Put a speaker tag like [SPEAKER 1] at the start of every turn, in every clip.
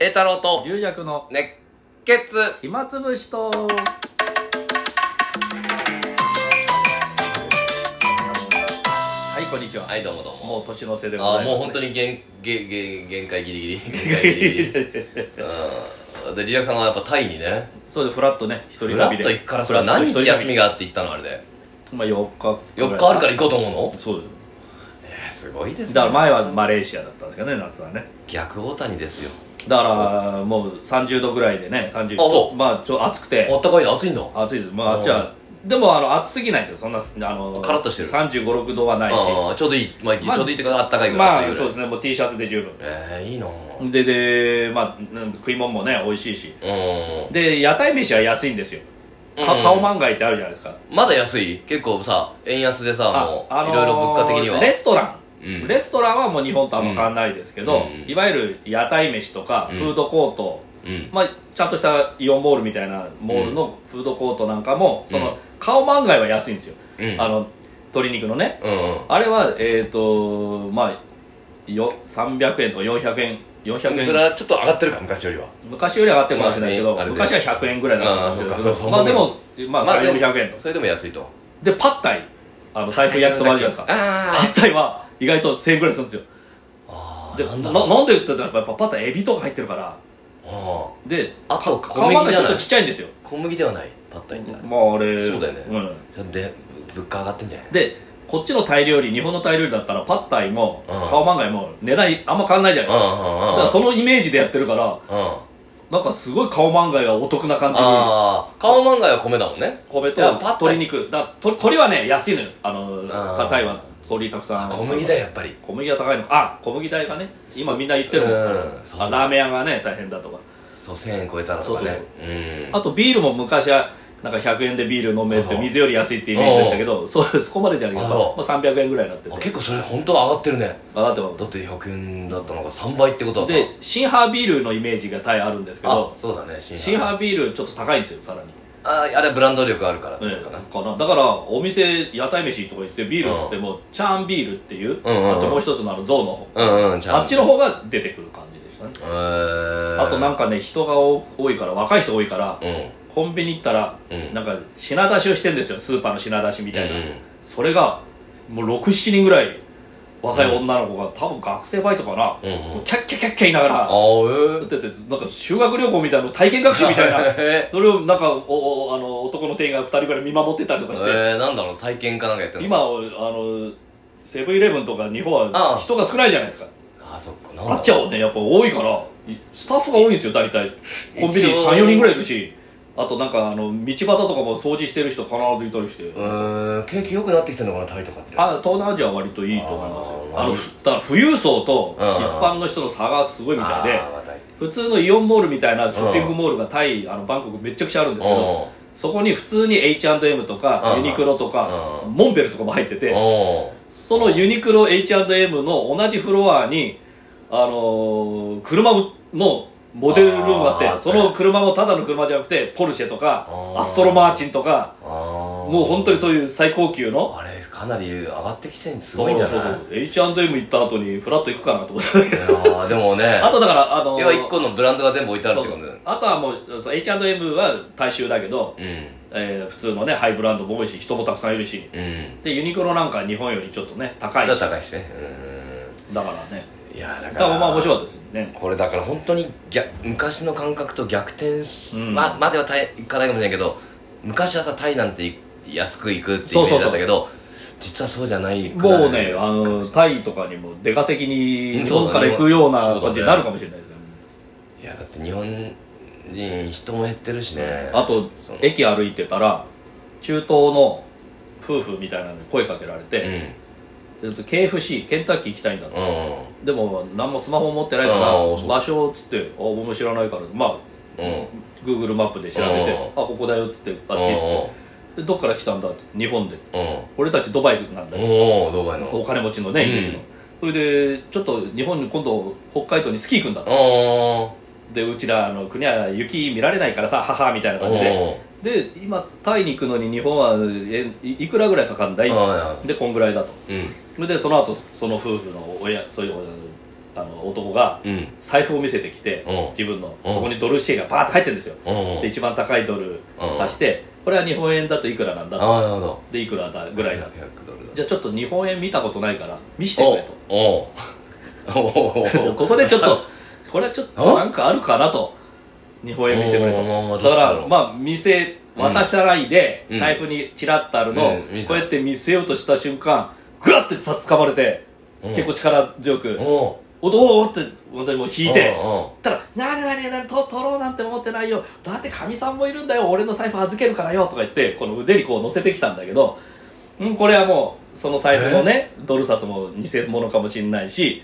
[SPEAKER 1] 栄太郎と
[SPEAKER 2] 龍尺の
[SPEAKER 1] 熱血
[SPEAKER 2] 暇つぶしとはいこんにちは、
[SPEAKER 1] はいどうもどうも
[SPEAKER 2] もう年の瀬でござい
[SPEAKER 1] あ
[SPEAKER 2] ま
[SPEAKER 1] あ
[SPEAKER 2] す、
[SPEAKER 1] もう本当に限限限限界ギリギリ限界ギリギリうんでリアクさんはやっぱタイにね
[SPEAKER 2] そうでフラッとね一人
[SPEAKER 1] フラ
[SPEAKER 2] 旅
[SPEAKER 1] ッ
[SPEAKER 2] で
[SPEAKER 1] と行くからそれは何日休みがあって行ったのあれで
[SPEAKER 2] まあ4日
[SPEAKER 1] 4日あるから行こうと思うの
[SPEAKER 2] そう
[SPEAKER 1] えーすごいで
[SPEAKER 2] です
[SPEAKER 1] す
[SPEAKER 2] だ
[SPEAKER 1] ね
[SPEAKER 2] から前はマレーシアだったんですけどね夏はね
[SPEAKER 1] 逆大谷ですよ
[SPEAKER 2] だからもう30度ぐらいでね30
[SPEAKER 1] あそう
[SPEAKER 2] まあちょ暑くて
[SPEAKER 1] あったかいの暑いんだ
[SPEAKER 2] 暑いですまああっちはでもあの暑すぎないんですよそんなあの
[SPEAKER 1] カラッとしてる
[SPEAKER 2] 3 5 6度はないし
[SPEAKER 1] ああちょうどいいまあちょ
[SPEAKER 2] まあ
[SPEAKER 1] うどいいってかあったかいぐらい
[SPEAKER 2] ま
[SPEAKER 1] 暑
[SPEAKER 2] あ
[SPEAKER 1] いぐら
[SPEAKER 2] そうで
[SPEAKER 1] い
[SPEAKER 2] すねもう T シャツで十分
[SPEAKER 1] えーいいなう
[SPEAKER 2] でで、まあ、なん食い物もね美味しいし
[SPEAKER 1] ん
[SPEAKER 2] で屋台飯は安いんですよか
[SPEAKER 1] うん
[SPEAKER 2] 顔漫画ってあるじゃないですか、
[SPEAKER 1] まだ安い結構さ円安でさも
[SPEAKER 2] あ
[SPEAKER 1] ういろいろ物価的には
[SPEAKER 2] レストラン、
[SPEAKER 1] うん
[SPEAKER 2] レストランはもう日本とあんま変わんないですけど、
[SPEAKER 1] うん
[SPEAKER 2] いわゆる屋台飯とか
[SPEAKER 1] うん
[SPEAKER 2] フードコート、
[SPEAKER 1] うん
[SPEAKER 2] まあ、ちゃんとしたイオンモールみたいなモールのフードコートなんかも、その顔漫画は安いんですよ、
[SPEAKER 1] うん
[SPEAKER 2] あの鶏肉のね
[SPEAKER 1] うんうん
[SPEAKER 2] あれはえっ、とまあよ300円とか400円400円
[SPEAKER 1] それはちょっと上がってるか昔よりは
[SPEAKER 2] 昔より上がってるかもしれないですけど、
[SPEAKER 1] まあねあれで
[SPEAKER 2] 昔は100円ぐらいだったんですけど、
[SPEAKER 1] ああそうかそうそう
[SPEAKER 2] まあでも、まあ、400円と。
[SPEAKER 1] それでも安いと
[SPEAKER 2] で、パッタイ、あの、台風焼きそばあるじゃないですか。
[SPEAKER 1] あ
[SPEAKER 2] パッタイは意外と1000円ぐらいするんですよ。
[SPEAKER 1] あ
[SPEAKER 2] で、
[SPEAKER 1] な
[SPEAKER 2] なん
[SPEAKER 1] だろう
[SPEAKER 2] なんで言ったら、やっぱパッタイエビとか入ってるから、
[SPEAKER 1] あ
[SPEAKER 2] で、
[SPEAKER 1] ああと
[SPEAKER 2] 顔
[SPEAKER 1] 小
[SPEAKER 2] ま
[SPEAKER 1] 麦
[SPEAKER 2] で
[SPEAKER 1] じ
[SPEAKER 2] ち
[SPEAKER 1] ゃ
[SPEAKER 2] ょっ
[SPEAKER 1] な
[SPEAKER 2] と
[SPEAKER 1] い
[SPEAKER 2] ちっちゃいんですよ。
[SPEAKER 1] 小麦ではないパッタイって
[SPEAKER 2] まああれ、
[SPEAKER 1] そうだよね
[SPEAKER 2] ん
[SPEAKER 1] でぶ物価上がってんじゃない
[SPEAKER 2] で、こっちのタイ料理、日本のタイ料理だったら、パッタイも、
[SPEAKER 1] うん
[SPEAKER 2] 顔漫画も、値段あんま変わんないじゃないですか。だから
[SPEAKER 1] あ
[SPEAKER 2] そのイメージでやってるから、
[SPEAKER 1] ああ
[SPEAKER 2] なんかすごい顔漫画がお得な感じに
[SPEAKER 1] あー顔漫画は米だもんね
[SPEAKER 2] 米
[SPEAKER 1] い
[SPEAKER 2] と
[SPEAKER 1] やパッタイ
[SPEAKER 2] 鶏肉だと鶏はね安いのよあの
[SPEAKER 1] あー
[SPEAKER 2] タイは鶏たくさん
[SPEAKER 1] 小麦だよやっぱり
[SPEAKER 2] 小麦が高いのかあ小麦代がね今みんな言ってるもん
[SPEAKER 1] うんそう
[SPEAKER 2] あラーメン屋がね大変だとか
[SPEAKER 1] そう1000円超えたらとかねうん
[SPEAKER 2] あとビールも昔はなんか100円でビール飲めっ
[SPEAKER 1] あ
[SPEAKER 2] て
[SPEAKER 1] そう
[SPEAKER 2] 水より安いってイメージでしたけどそうそこまでじゃないけ
[SPEAKER 1] あ
[SPEAKER 2] ど
[SPEAKER 1] そ、
[SPEAKER 2] まあ、300円ぐらいになって
[SPEAKER 1] あ
[SPEAKER 2] て
[SPEAKER 1] 結構それ本当は上がってるね
[SPEAKER 2] 上がってま
[SPEAKER 1] だって100円だったのが3倍ってことは
[SPEAKER 2] す
[SPEAKER 1] さ
[SPEAKER 2] でシンハービールのイメージがタイあるんですけ
[SPEAKER 1] あ
[SPEAKER 2] ど
[SPEAKER 1] そうだねシ
[SPEAKER 2] シンハ
[SPEAKER 1] ー
[SPEAKER 2] ービールちょっと高いんですよさらに
[SPEAKER 1] あーあれはブランド力あるからってこ
[SPEAKER 2] ええ
[SPEAKER 1] とかな
[SPEAKER 2] かなだからお店屋台飯とか行ってビールっつってもチャーンビールっていう
[SPEAKER 1] うんうんうん
[SPEAKER 2] あともう一つのあの象の方
[SPEAKER 1] うんうんちゃんと
[SPEAKER 2] あっちの方が出てくる感じでしたね、
[SPEAKER 1] へー
[SPEAKER 2] あとなんかね人が多多いから若い人多いから、
[SPEAKER 1] うん
[SPEAKER 2] コンビニ行ったら、
[SPEAKER 1] うん
[SPEAKER 2] なんか品出しをしてんですよスーパーの品出しみたいな、
[SPEAKER 1] うんうん
[SPEAKER 2] それがもう67人ぐらい若い女の子が、多分学生バイトかな、
[SPEAKER 1] うんうん
[SPEAKER 2] もうキャッキャッキャッキャ言いなが
[SPEAKER 1] あ
[SPEAKER 2] ら
[SPEAKER 1] ーえー
[SPEAKER 2] だってなんか修学旅行みたいな体験学習みたいな
[SPEAKER 1] え
[SPEAKER 2] それをなんかおおあの男の店員が2人ぐらい見守ってたりとかして、
[SPEAKER 1] ー、なんだろう体験かなんかやってんの
[SPEAKER 2] 今あのセブンイレブンとか日本
[SPEAKER 1] ああ
[SPEAKER 2] は人が少ないじゃないですか
[SPEAKER 1] あそっかなんだ
[SPEAKER 2] あっちはねやっぱ多いからいスタッフが多いんですよ大体コンビニ
[SPEAKER 1] 一応
[SPEAKER 2] 34人ぐらいいるしあとなんかあの道端とかも掃除してる人必ずいたりして、
[SPEAKER 1] うーん景気良くなってきてんのかなタイとかって
[SPEAKER 2] あ東南アジアは割といいと思いますよ
[SPEAKER 1] あー
[SPEAKER 2] あのふだから富裕層と一
[SPEAKER 1] うん
[SPEAKER 2] 般の人の差がすごいみたい
[SPEAKER 1] あ
[SPEAKER 2] で
[SPEAKER 1] ー話題
[SPEAKER 2] 普通のイオンモールみたいなショッピングモールがタイあのバンコクめちゃくちゃあるんですけ
[SPEAKER 1] お
[SPEAKER 2] どそこに普通に H&M とか
[SPEAKER 1] うん
[SPEAKER 2] ユニクロとか
[SPEAKER 1] うん
[SPEAKER 2] モンベルとかも入って
[SPEAKER 1] ー
[SPEAKER 2] て
[SPEAKER 1] お
[SPEAKER 2] そのユニクロ H&M の同じフロアに、あのー車のモデルルームが
[SPEAKER 1] あ
[SPEAKER 2] あ
[SPEAKER 1] ー
[SPEAKER 2] ってその車もただの車じゃなくてポルシェとか
[SPEAKER 1] あー
[SPEAKER 2] アストロマーチンとか
[SPEAKER 1] ーあー
[SPEAKER 2] もう本当にそういう最高級の
[SPEAKER 1] あれかなり上がってきてんすごいんじゃない
[SPEAKER 2] そうそうそう H&M 行った後にフラッと行くかなと思ってたけど
[SPEAKER 1] いやーでもね
[SPEAKER 2] あとだからあのー
[SPEAKER 1] 要は1個のブランドが全部置いてある
[SPEAKER 2] そ
[SPEAKER 1] っ
[SPEAKER 2] う
[SPEAKER 1] てことだよね
[SPEAKER 2] あとはもうそう H&M は大衆だけど、えー普通のねハイブランドも多いし人もたくさんいるし
[SPEAKER 1] うんうん
[SPEAKER 2] でユニクロなんか日本よりちょっとね高い
[SPEAKER 1] だ
[SPEAKER 2] し
[SPEAKER 1] か
[SPEAKER 2] だから
[SPEAKER 1] 高いしね
[SPEAKER 2] ね
[SPEAKER 1] うんいやーだ
[SPEAKER 2] だ
[SPEAKER 1] か
[SPEAKER 2] かららまあ面白かったですね
[SPEAKER 1] これだから本当に逆昔の感覚と逆転し、
[SPEAKER 2] うん
[SPEAKER 1] ままではタイいかないかもしれないけど昔はさタイなんてい安く行くってイ
[SPEAKER 2] そ
[SPEAKER 1] メ
[SPEAKER 2] う
[SPEAKER 1] ー
[SPEAKER 2] そうそ
[SPEAKER 1] ジだ
[SPEAKER 2] う
[SPEAKER 1] ったけど実はそうじゃないくなる
[SPEAKER 2] もうね、あの、タイとかにも出稼ぎに
[SPEAKER 1] うん
[SPEAKER 2] 日
[SPEAKER 1] そう
[SPEAKER 2] 本
[SPEAKER 1] だ
[SPEAKER 2] か
[SPEAKER 1] ね
[SPEAKER 2] ら行くような
[SPEAKER 1] そうだね
[SPEAKER 2] 感じになるかもしれないですね。
[SPEAKER 1] いやだって日本人人も減ってるしね
[SPEAKER 2] あと
[SPEAKER 1] その、
[SPEAKER 2] 駅歩いてたら、中東の夫婦みたいなのに声かけられ
[SPEAKER 1] うん
[SPEAKER 2] て、えっと KFC、ケンタッキー行きたいんだと。
[SPEAKER 1] うん
[SPEAKER 2] でも、何もスマホ持ってないから
[SPEAKER 1] ああそう、
[SPEAKER 2] 場所をつって、あ、僕も知らないから、まあ、
[SPEAKER 1] うん
[SPEAKER 2] Google マップで調べて、
[SPEAKER 1] うん
[SPEAKER 2] あ、ここだよっつって、あっちっつってで、どっから来たんだって、日本で。
[SPEAKER 1] うんうん
[SPEAKER 2] 俺たちドバイなんだよ。
[SPEAKER 1] おおドバイの
[SPEAKER 2] お金持ちのね、家の。それで、ちょっと日本に今度、北海道にスキー行くんだと。
[SPEAKER 1] お
[SPEAKER 2] でうちらの国は雪見られないからさ母みたいな
[SPEAKER 1] ー
[SPEAKER 2] 感じで
[SPEAKER 1] おー
[SPEAKER 2] で今タイに行くのに日本はえいいくらぐらいかかんだい
[SPEAKER 1] ああ
[SPEAKER 2] でこんぐらいだと
[SPEAKER 1] うん
[SPEAKER 2] それでその後その夫婦の親そういうあの男が
[SPEAKER 1] うん
[SPEAKER 2] 財布を見せてきて
[SPEAKER 1] うん
[SPEAKER 2] 自分の
[SPEAKER 1] うん
[SPEAKER 2] そこにドルシェがバーッと入ってるんですよ
[SPEAKER 1] うん
[SPEAKER 2] で一番高いドル指してこれは日本円だといくらなんだ
[SPEAKER 1] ああなるほど
[SPEAKER 2] でいくらだぐらいだ
[SPEAKER 1] 100ドルだ
[SPEAKER 2] じゃあちょっと日本円見たことないから見して
[SPEAKER 1] お
[SPEAKER 2] く
[SPEAKER 1] う
[SPEAKER 2] れと
[SPEAKER 1] おうおう
[SPEAKER 2] ここでちょっとこれはちょっと
[SPEAKER 1] お
[SPEAKER 2] なんかあるかなと日本円見せてくれ
[SPEAKER 1] おーまあまあ
[SPEAKER 2] と
[SPEAKER 1] ど
[SPEAKER 2] だ
[SPEAKER 1] っ
[SPEAKER 2] か
[SPEAKER 1] ちだろう
[SPEAKER 2] らまあ店渡さないで
[SPEAKER 1] うん
[SPEAKER 2] 財布にチラッとあるのを
[SPEAKER 1] うん見せた
[SPEAKER 2] こうやって見せようとした瞬間グワッてさつかまれて
[SPEAKER 1] うん
[SPEAKER 2] 結構力強く
[SPEAKER 1] おう
[SPEAKER 2] おどおーって私もう引いて
[SPEAKER 1] おうおう
[SPEAKER 2] たら「なになになにと取ろうなんて思ってないよだってかみさんもいるんだよ俺の財布預けるからよ」とか言ってこの腕にこう乗せてきたんだけどんこれはもうその財布もねドル札も偽物かもしれないし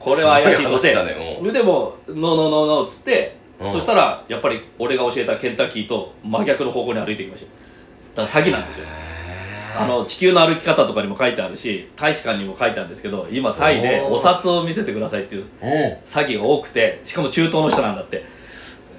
[SPEAKER 2] これは怪しいとて
[SPEAKER 1] すごい話だね
[SPEAKER 2] でも「ノーノーノーノー」っつって
[SPEAKER 1] うん
[SPEAKER 2] そしたらやっぱり俺が教えたケンタッキーと真逆の方向に歩いてきましただから詐欺なんですよあの地球の歩き方とかにも書いてあるし大使館にも書いてあるんですけど今タイでお札を見せてくださいっていう
[SPEAKER 1] うん
[SPEAKER 2] 詐欺が多くてしかも中東の人なんだって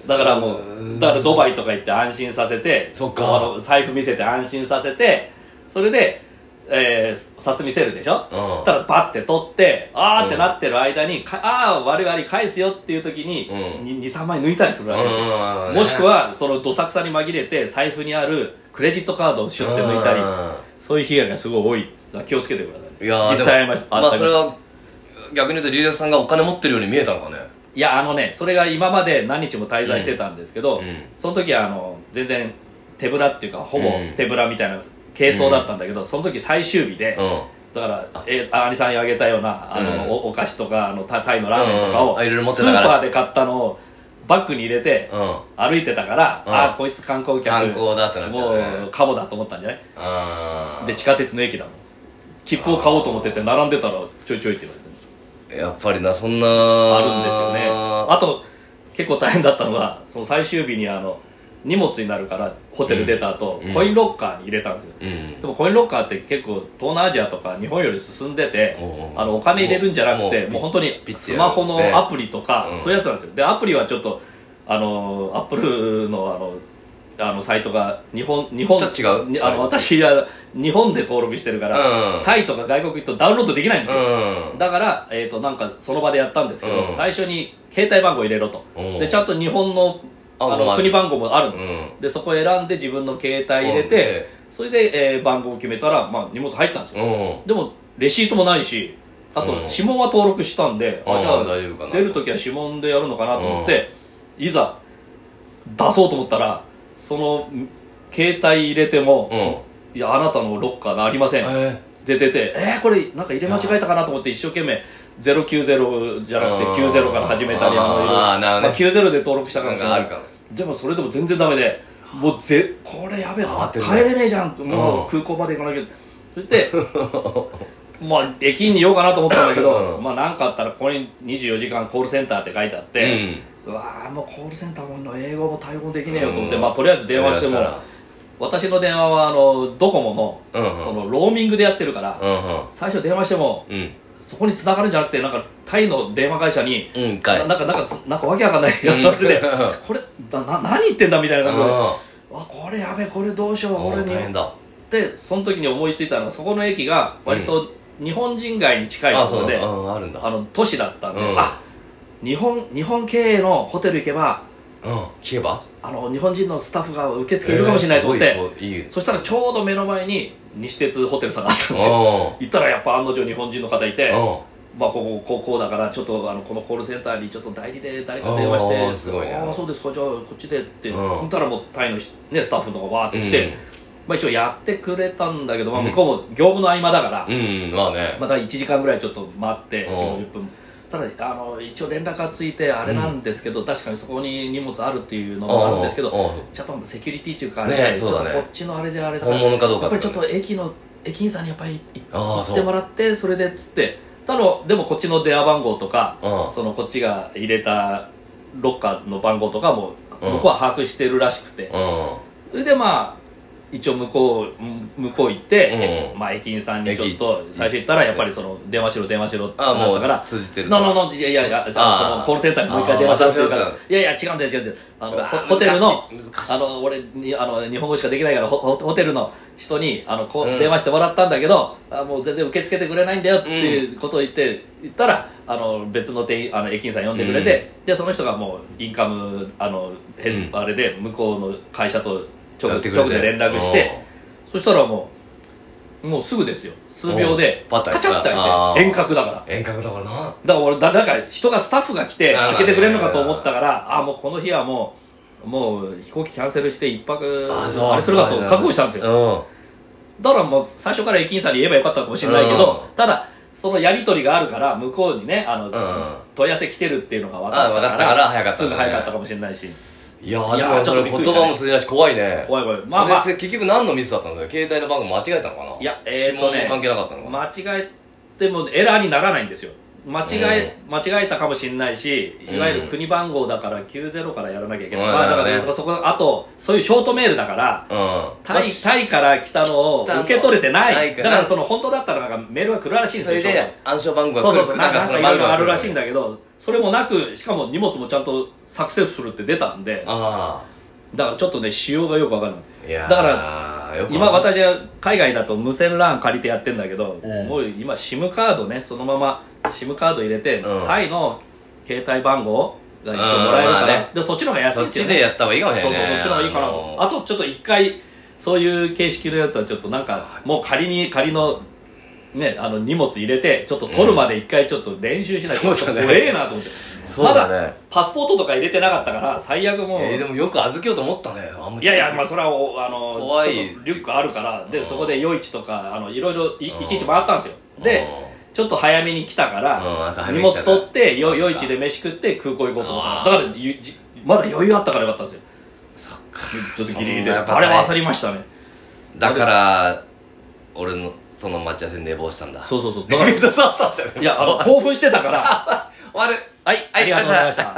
[SPEAKER 2] だからも
[SPEAKER 1] う
[SPEAKER 2] うんだからドバイとか行って安心させて
[SPEAKER 1] そっか
[SPEAKER 2] あの財布見せて安心させてそれで、えー、札見せるでしょ、
[SPEAKER 1] うん
[SPEAKER 2] ただパッて取ってあーって
[SPEAKER 1] うん
[SPEAKER 2] なってる間に、かああ我々返すよっていう時に、
[SPEAKER 1] うん
[SPEAKER 2] に23枚抜いたりするらしいんですよ、
[SPEAKER 1] うん
[SPEAKER 2] もしくはそのどさくさに紛れて財布にあるクレジットカードをシュッて抜いたり
[SPEAKER 1] り
[SPEAKER 2] そういう被害がすごい多いだから気をつけてください
[SPEAKER 1] いやー
[SPEAKER 2] 実際ありまし
[SPEAKER 1] ま
[SPEAKER 2] あっ
[SPEAKER 1] あ
[SPEAKER 2] た
[SPEAKER 1] そ
[SPEAKER 2] りま
[SPEAKER 1] れ
[SPEAKER 2] した
[SPEAKER 1] は逆に言うと龍也さんがお金持ってるように見えたのかね
[SPEAKER 2] いやあのねそれが今まで何日も滞在してたんですけど、
[SPEAKER 1] うんうん
[SPEAKER 2] その時はあの全然手ぶらっていうかほぼ
[SPEAKER 1] うん
[SPEAKER 2] 手ぶらみたいな軽装だったんだけど、その時最終日で、
[SPEAKER 1] う
[SPEAKER 2] だからえあアニさんにあげたようなあの、
[SPEAKER 1] うん
[SPEAKER 2] おお菓子とかあのタタイのラーメンとか
[SPEAKER 1] う
[SPEAKER 2] を
[SPEAKER 1] んあいろいろ持って
[SPEAKER 2] ス
[SPEAKER 1] た
[SPEAKER 2] ー
[SPEAKER 1] から
[SPEAKER 2] パーで買ったのをバッグに入れて
[SPEAKER 1] んうん
[SPEAKER 2] 歩いてたから、
[SPEAKER 1] うん
[SPEAKER 2] ああこいつ観光客
[SPEAKER 1] 観光だってなっちゃうね
[SPEAKER 2] もうカモだと思ったんじゃない
[SPEAKER 1] あー
[SPEAKER 2] で地下鉄の駅だもん切符を買おうと思ってて並んでたらちょいちょいって言われて
[SPEAKER 1] やっぱりなそんな
[SPEAKER 2] あ
[SPEAKER 1] あ
[SPEAKER 2] るんですよねあと結構大変だったのがその最終日にあの荷物になるからホテル出た後、
[SPEAKER 1] うん
[SPEAKER 2] コインロッカーに入れたんですよ、
[SPEAKER 1] うん
[SPEAKER 2] でもコインロッカーって結構東南アジアとか日本より進んでて
[SPEAKER 1] おうおう
[SPEAKER 2] あのお金入れるんじゃなくて
[SPEAKER 1] もう
[SPEAKER 2] もう本当に
[SPEAKER 1] ピッ
[SPEAKER 2] スマホのアプリとか
[SPEAKER 1] うん
[SPEAKER 2] そういうやつなんですよでアプリはちょっとあのアップルのあのあのサイトが日本日本
[SPEAKER 1] ちょっと違う
[SPEAKER 2] にあの私は日本で登録してるから、
[SPEAKER 1] うん
[SPEAKER 2] タイとか外国行くとダウンロードできないんですよ、
[SPEAKER 1] うん
[SPEAKER 2] だから、えー、となんかその場でやったんですけど、
[SPEAKER 1] うん
[SPEAKER 2] 最初に携帯番号入れろと、
[SPEAKER 1] うん
[SPEAKER 2] でちゃんと日本の
[SPEAKER 1] あ
[SPEAKER 2] あの
[SPEAKER 1] まあ
[SPEAKER 2] 国番号もあるの、
[SPEAKER 1] うん
[SPEAKER 2] でそこ選んで自分の携帯入れ
[SPEAKER 1] うん
[SPEAKER 2] て、それで、えー番号を決めたら、まあ、荷物入ったんですよ、
[SPEAKER 1] うん
[SPEAKER 2] でもレシートもないしあと
[SPEAKER 1] うん
[SPEAKER 2] 指紋は登録したんで、
[SPEAKER 1] う
[SPEAKER 2] あ
[SPEAKER 1] ん
[SPEAKER 2] じゃあ
[SPEAKER 1] 大丈夫かな
[SPEAKER 2] 出る時は指紋でやるのかなと思って、いざ出そうと思ったらその携帯入れても、
[SPEAKER 1] うん
[SPEAKER 2] いやあなたのロッカーがありません
[SPEAKER 1] え
[SPEAKER 2] 出ててえー、これなんか入れ間違えたかなと思って一生懸命090じゃなくて
[SPEAKER 1] うん
[SPEAKER 2] 90から始めたり
[SPEAKER 1] あー
[SPEAKER 2] の
[SPEAKER 1] あーなるほど
[SPEAKER 2] まあ、
[SPEAKER 1] ね
[SPEAKER 2] 90で登録したか
[SPEAKER 1] なん
[SPEAKER 2] ら
[SPEAKER 1] かあるか
[SPEAKER 2] でもそれでも全然ダメでもうぜこれやべえ
[SPEAKER 1] 慌てるね
[SPEAKER 2] 帰れねえじゃんも
[SPEAKER 1] う
[SPEAKER 2] うん空港まで行かなきゃそして まあ駅員に言おうかなと思ったんだけど
[SPEAKER 1] うん
[SPEAKER 2] まあ何かあったらここに24時間コールセンターって書いてあっ
[SPEAKER 1] う
[SPEAKER 2] て、
[SPEAKER 1] ん
[SPEAKER 2] うわあもうコールセンターも英語も対応できねえよと思って、
[SPEAKER 1] うん
[SPEAKER 2] まあとりあえず電話しても私の電話はあのドコモの,、
[SPEAKER 1] うん
[SPEAKER 2] そのローミングでやってるから、
[SPEAKER 1] うんうん
[SPEAKER 2] 最初電話しても
[SPEAKER 1] うん
[SPEAKER 2] そこに繋がるんじゃなくてなんかタイの電話会社に、
[SPEAKER 1] うんかい
[SPEAKER 2] ななんかなんかつなんかわけわかんない やつで、これだな何言ってんだみたいな
[SPEAKER 1] う
[SPEAKER 2] 感じで、
[SPEAKER 1] ん
[SPEAKER 2] あこれやべえこれどうしよう
[SPEAKER 1] お
[SPEAKER 2] 俺
[SPEAKER 1] ー
[SPEAKER 2] に
[SPEAKER 1] 大変だ
[SPEAKER 2] でその時に思いついたのはそこの駅が割と日本人街に近い
[SPEAKER 1] あ
[SPEAKER 2] とこ
[SPEAKER 1] そ
[SPEAKER 2] ろ
[SPEAKER 1] う
[SPEAKER 2] で、
[SPEAKER 1] だうんあるん
[SPEAKER 2] あ
[SPEAKER 1] だ
[SPEAKER 2] の都市だったんで、
[SPEAKER 1] うん
[SPEAKER 2] あ日本日本経営のホテル行けば
[SPEAKER 1] うん聞けば
[SPEAKER 2] あの日本人のスタッフが受付いるかもしれないと思って、
[SPEAKER 1] えーすごいこういい
[SPEAKER 2] そしたらちょうど目の前に西鉄ホテルさんがあったんですよ
[SPEAKER 1] う
[SPEAKER 2] 行ったらやっぱ案の定日本人の方いて、
[SPEAKER 1] んうん
[SPEAKER 2] まあ、こここうこうだからちょっとあのこのコールセンターにちょっと代理で誰か電話し
[SPEAKER 1] お
[SPEAKER 2] て
[SPEAKER 1] ーすごいね
[SPEAKER 2] あーそうですかじゃあこっちでって
[SPEAKER 1] うん
[SPEAKER 2] ほんたらもうタイの人、ね、スタッフの方がわーって来て、
[SPEAKER 1] うん
[SPEAKER 2] まあ、一応やってくれたんだけど、まあ、向こうも業務の合間だから、
[SPEAKER 1] うんまあね
[SPEAKER 2] また1時間ぐらいちょっと待って
[SPEAKER 1] うん
[SPEAKER 2] 40分ただあの一応連絡がついてあれなんですけど、確かにそこに荷物あるっていうのもあるんですけど
[SPEAKER 1] うんうん
[SPEAKER 2] ジャパンセキュリティっていうか、
[SPEAKER 1] ね
[SPEAKER 2] ね、ちょっ
[SPEAKER 1] そう
[SPEAKER 2] と
[SPEAKER 1] だね
[SPEAKER 2] こっちのあれであれだから
[SPEAKER 1] 本物かどうか
[SPEAKER 2] やっぱりちょっ
[SPEAKER 1] と
[SPEAKER 2] と駅の駅員さんにやっぱりい
[SPEAKER 1] あ
[SPEAKER 2] 行
[SPEAKER 1] あ
[SPEAKER 2] っ
[SPEAKER 1] そ
[SPEAKER 2] て
[SPEAKER 1] う
[SPEAKER 2] もらってそれでっつってただでもこっちの電話番号とか
[SPEAKER 1] うん
[SPEAKER 2] そのこっちが入れたロッカーの番号とかも
[SPEAKER 1] うん
[SPEAKER 2] 僕は把握してるらしく
[SPEAKER 1] う
[SPEAKER 2] て
[SPEAKER 1] ん
[SPEAKER 2] それでまあ一応向こううん向こう行って、
[SPEAKER 1] うん
[SPEAKER 2] まあ、駅員さんにちょっと
[SPEAKER 1] 駅
[SPEAKER 2] 最初行ったらやっぱりその電話しろ電話しろって
[SPEAKER 1] ああ
[SPEAKER 2] な
[SPEAKER 1] も
[SPEAKER 2] ったから
[SPEAKER 1] う通じてる
[SPEAKER 2] ななないやいやいやじゃあ
[SPEAKER 1] あー
[SPEAKER 2] そのコールセンターにもう一回電話したっていうか
[SPEAKER 1] あ
[SPEAKER 2] ら
[SPEAKER 1] ー
[SPEAKER 2] いやいや違うんだよ違うんだよあの
[SPEAKER 1] うわ
[SPEAKER 2] ホ
[SPEAKER 1] ー
[SPEAKER 2] ホテルの
[SPEAKER 1] 難しい難しい
[SPEAKER 2] あの俺にあの日本語しかできないからホホホテルの人にあのこう
[SPEAKER 1] うん
[SPEAKER 2] 電話してもらったんだけど、あもう全然受け付けてくれないんだよっていうことを言って、言ったらあの別の店員あの駅員さん呼んでくれて、でその人がもうインカムあの、へん
[SPEAKER 1] うん
[SPEAKER 2] あれで向こうの会社と
[SPEAKER 1] や
[SPEAKER 2] 直
[SPEAKER 1] って
[SPEAKER 2] で
[SPEAKER 1] くれて
[SPEAKER 2] 連絡してそしたらもうもうすぐですよ数秒で
[SPEAKER 1] おパ
[SPEAKER 2] カ
[SPEAKER 1] ッと
[SPEAKER 2] チ
[SPEAKER 1] 開
[SPEAKER 2] ャ
[SPEAKER 1] いた
[SPEAKER 2] ッと開
[SPEAKER 1] あ
[SPEAKER 2] い
[SPEAKER 1] ー
[SPEAKER 2] て遠隔だから。
[SPEAKER 1] 遠隔だからな
[SPEAKER 2] だから俺だなんか人がスタッフが来て
[SPEAKER 1] なる
[SPEAKER 2] 開
[SPEAKER 1] ほど
[SPEAKER 2] け
[SPEAKER 1] ね
[SPEAKER 2] てくれるのかと思ったからあもうこの日はもうもう飛行機キャンセルして一泊あれするかと覚悟したんですよ
[SPEAKER 1] よ
[SPEAKER 2] だからもう最初から駅員さんに言えばよかったかもしれないけど、
[SPEAKER 1] う
[SPEAKER 2] ただそのやり取りがあるから向こうにねあの、
[SPEAKER 1] ん
[SPEAKER 2] 問い合わせ来てるっていうのが分か
[SPEAKER 1] あ
[SPEAKER 2] ったから
[SPEAKER 1] 分かったから早かったん
[SPEAKER 2] すぐ
[SPEAKER 1] だね
[SPEAKER 2] 早かったかもしれないし
[SPEAKER 1] いやー
[SPEAKER 2] い
[SPEAKER 1] で
[SPEAKER 2] やー
[SPEAKER 1] も
[SPEAKER 2] ちょ
[SPEAKER 1] そ
[SPEAKER 2] っ
[SPEAKER 1] れ
[SPEAKER 2] とびっくりし
[SPEAKER 1] 言
[SPEAKER 2] たね
[SPEAKER 1] 葉も通じないし怖いね
[SPEAKER 2] 怖い怖いまあまあ
[SPEAKER 1] で結局何のミスだったんだよ携帯の番号間違えたのかない
[SPEAKER 2] いやえーとね
[SPEAKER 1] 指紋関係なかったのかな、
[SPEAKER 2] 間違えてもエラーにならないんですよ間違え、間違えたかもしれないしいわゆる国番号だから90からやらなきゃいけない、
[SPEAKER 1] うん
[SPEAKER 2] まあだから、
[SPEAKER 1] うん
[SPEAKER 2] ね、そこあとそういうショートメールだから
[SPEAKER 1] うん
[SPEAKER 2] タイタイから来たのを
[SPEAKER 1] 来たの
[SPEAKER 2] 受け取れてない
[SPEAKER 1] ないか
[SPEAKER 2] だ
[SPEAKER 1] ら
[SPEAKER 2] からその本当だったらなんかメールが来るらしいんです
[SPEAKER 1] それ
[SPEAKER 2] よショー
[SPEAKER 1] で
[SPEAKER 2] ト
[SPEAKER 1] 暗証番号
[SPEAKER 2] そ
[SPEAKER 1] が
[SPEAKER 2] う
[SPEAKER 1] 来
[SPEAKER 2] そう
[SPEAKER 1] る
[SPEAKER 2] なんかい
[SPEAKER 1] 番号が
[SPEAKER 2] ろいろ
[SPEAKER 1] 来
[SPEAKER 2] あるらしいん
[SPEAKER 1] だ
[SPEAKER 2] だけどそれもなくしかも荷物もちゃんとサクセスするって出たんで
[SPEAKER 1] あ
[SPEAKER 2] だからちょっとね仕様がよくわからない
[SPEAKER 1] あいやー
[SPEAKER 2] だから
[SPEAKER 1] よく
[SPEAKER 2] 今
[SPEAKER 1] わかんない
[SPEAKER 2] 私は海外だと無線 LAN 借りてやってんだけど、
[SPEAKER 1] うん
[SPEAKER 2] もう今 SIM カードねそのまま SIM カード入れて、
[SPEAKER 1] うん
[SPEAKER 2] タイの携帯番号が一応もらえるか
[SPEAKER 1] うんまあ
[SPEAKER 2] ら、
[SPEAKER 1] ね
[SPEAKER 2] でそっちの方が安い
[SPEAKER 1] そ
[SPEAKER 2] で
[SPEAKER 1] っ
[SPEAKER 2] すよ
[SPEAKER 1] ち
[SPEAKER 2] ね
[SPEAKER 1] でやった方がいいかもし
[SPEAKER 2] そ
[SPEAKER 1] れ
[SPEAKER 2] う
[SPEAKER 1] な
[SPEAKER 2] そう
[SPEAKER 1] い
[SPEAKER 2] そ
[SPEAKER 1] ね
[SPEAKER 2] っちの方がいいかな
[SPEAKER 1] あの
[SPEAKER 2] と
[SPEAKER 1] ー
[SPEAKER 2] あとちょっと一回そういう形式のやつはちょっとなんかもう仮に仮のね、あの荷物入れてちょっと取るまで一回ちょっと練習しないと、
[SPEAKER 1] うん
[SPEAKER 2] ちょ
[SPEAKER 1] そ
[SPEAKER 2] っ
[SPEAKER 1] うだ
[SPEAKER 2] と
[SPEAKER 1] ね
[SPEAKER 2] 怖えなと思って、
[SPEAKER 1] そう
[SPEAKER 2] ま
[SPEAKER 1] だね
[SPEAKER 2] だパスポートとか入れてなかったから最悪もう、
[SPEAKER 1] えーでもよく預けようと思ったねあんま
[SPEAKER 2] いやいや、まあ、
[SPEAKER 1] あ
[SPEAKER 2] それはおあの
[SPEAKER 1] 怖い
[SPEAKER 2] ちょっとリュックあるからで
[SPEAKER 1] うん
[SPEAKER 2] そこで夜市とかあのいろいろいい
[SPEAKER 1] うん
[SPEAKER 2] ちいち回ったんですよでちょっと早めに来たか
[SPEAKER 1] うん
[SPEAKER 2] ら
[SPEAKER 1] 朝早めに
[SPEAKER 2] 荷物
[SPEAKER 1] 来たから
[SPEAKER 2] 取ってよ
[SPEAKER 1] あそっか
[SPEAKER 2] 夜市で飯食って空港行こうと思った
[SPEAKER 1] あ
[SPEAKER 2] だ
[SPEAKER 1] ー
[SPEAKER 2] からゆじまだ余裕あったからよかったんですよちょっとギリギリ
[SPEAKER 1] そん
[SPEAKER 2] で
[SPEAKER 1] なやっぱ
[SPEAKER 2] あれは焦りましたね
[SPEAKER 1] だから俺のとの待ち合わせに寝坊したんだ
[SPEAKER 2] そうそうそうだ
[SPEAKER 1] だ
[SPEAKER 2] か
[SPEAKER 1] から らそうそうそう
[SPEAKER 2] いやあの興奮してたから
[SPEAKER 1] 終わる
[SPEAKER 2] はいありがとうございました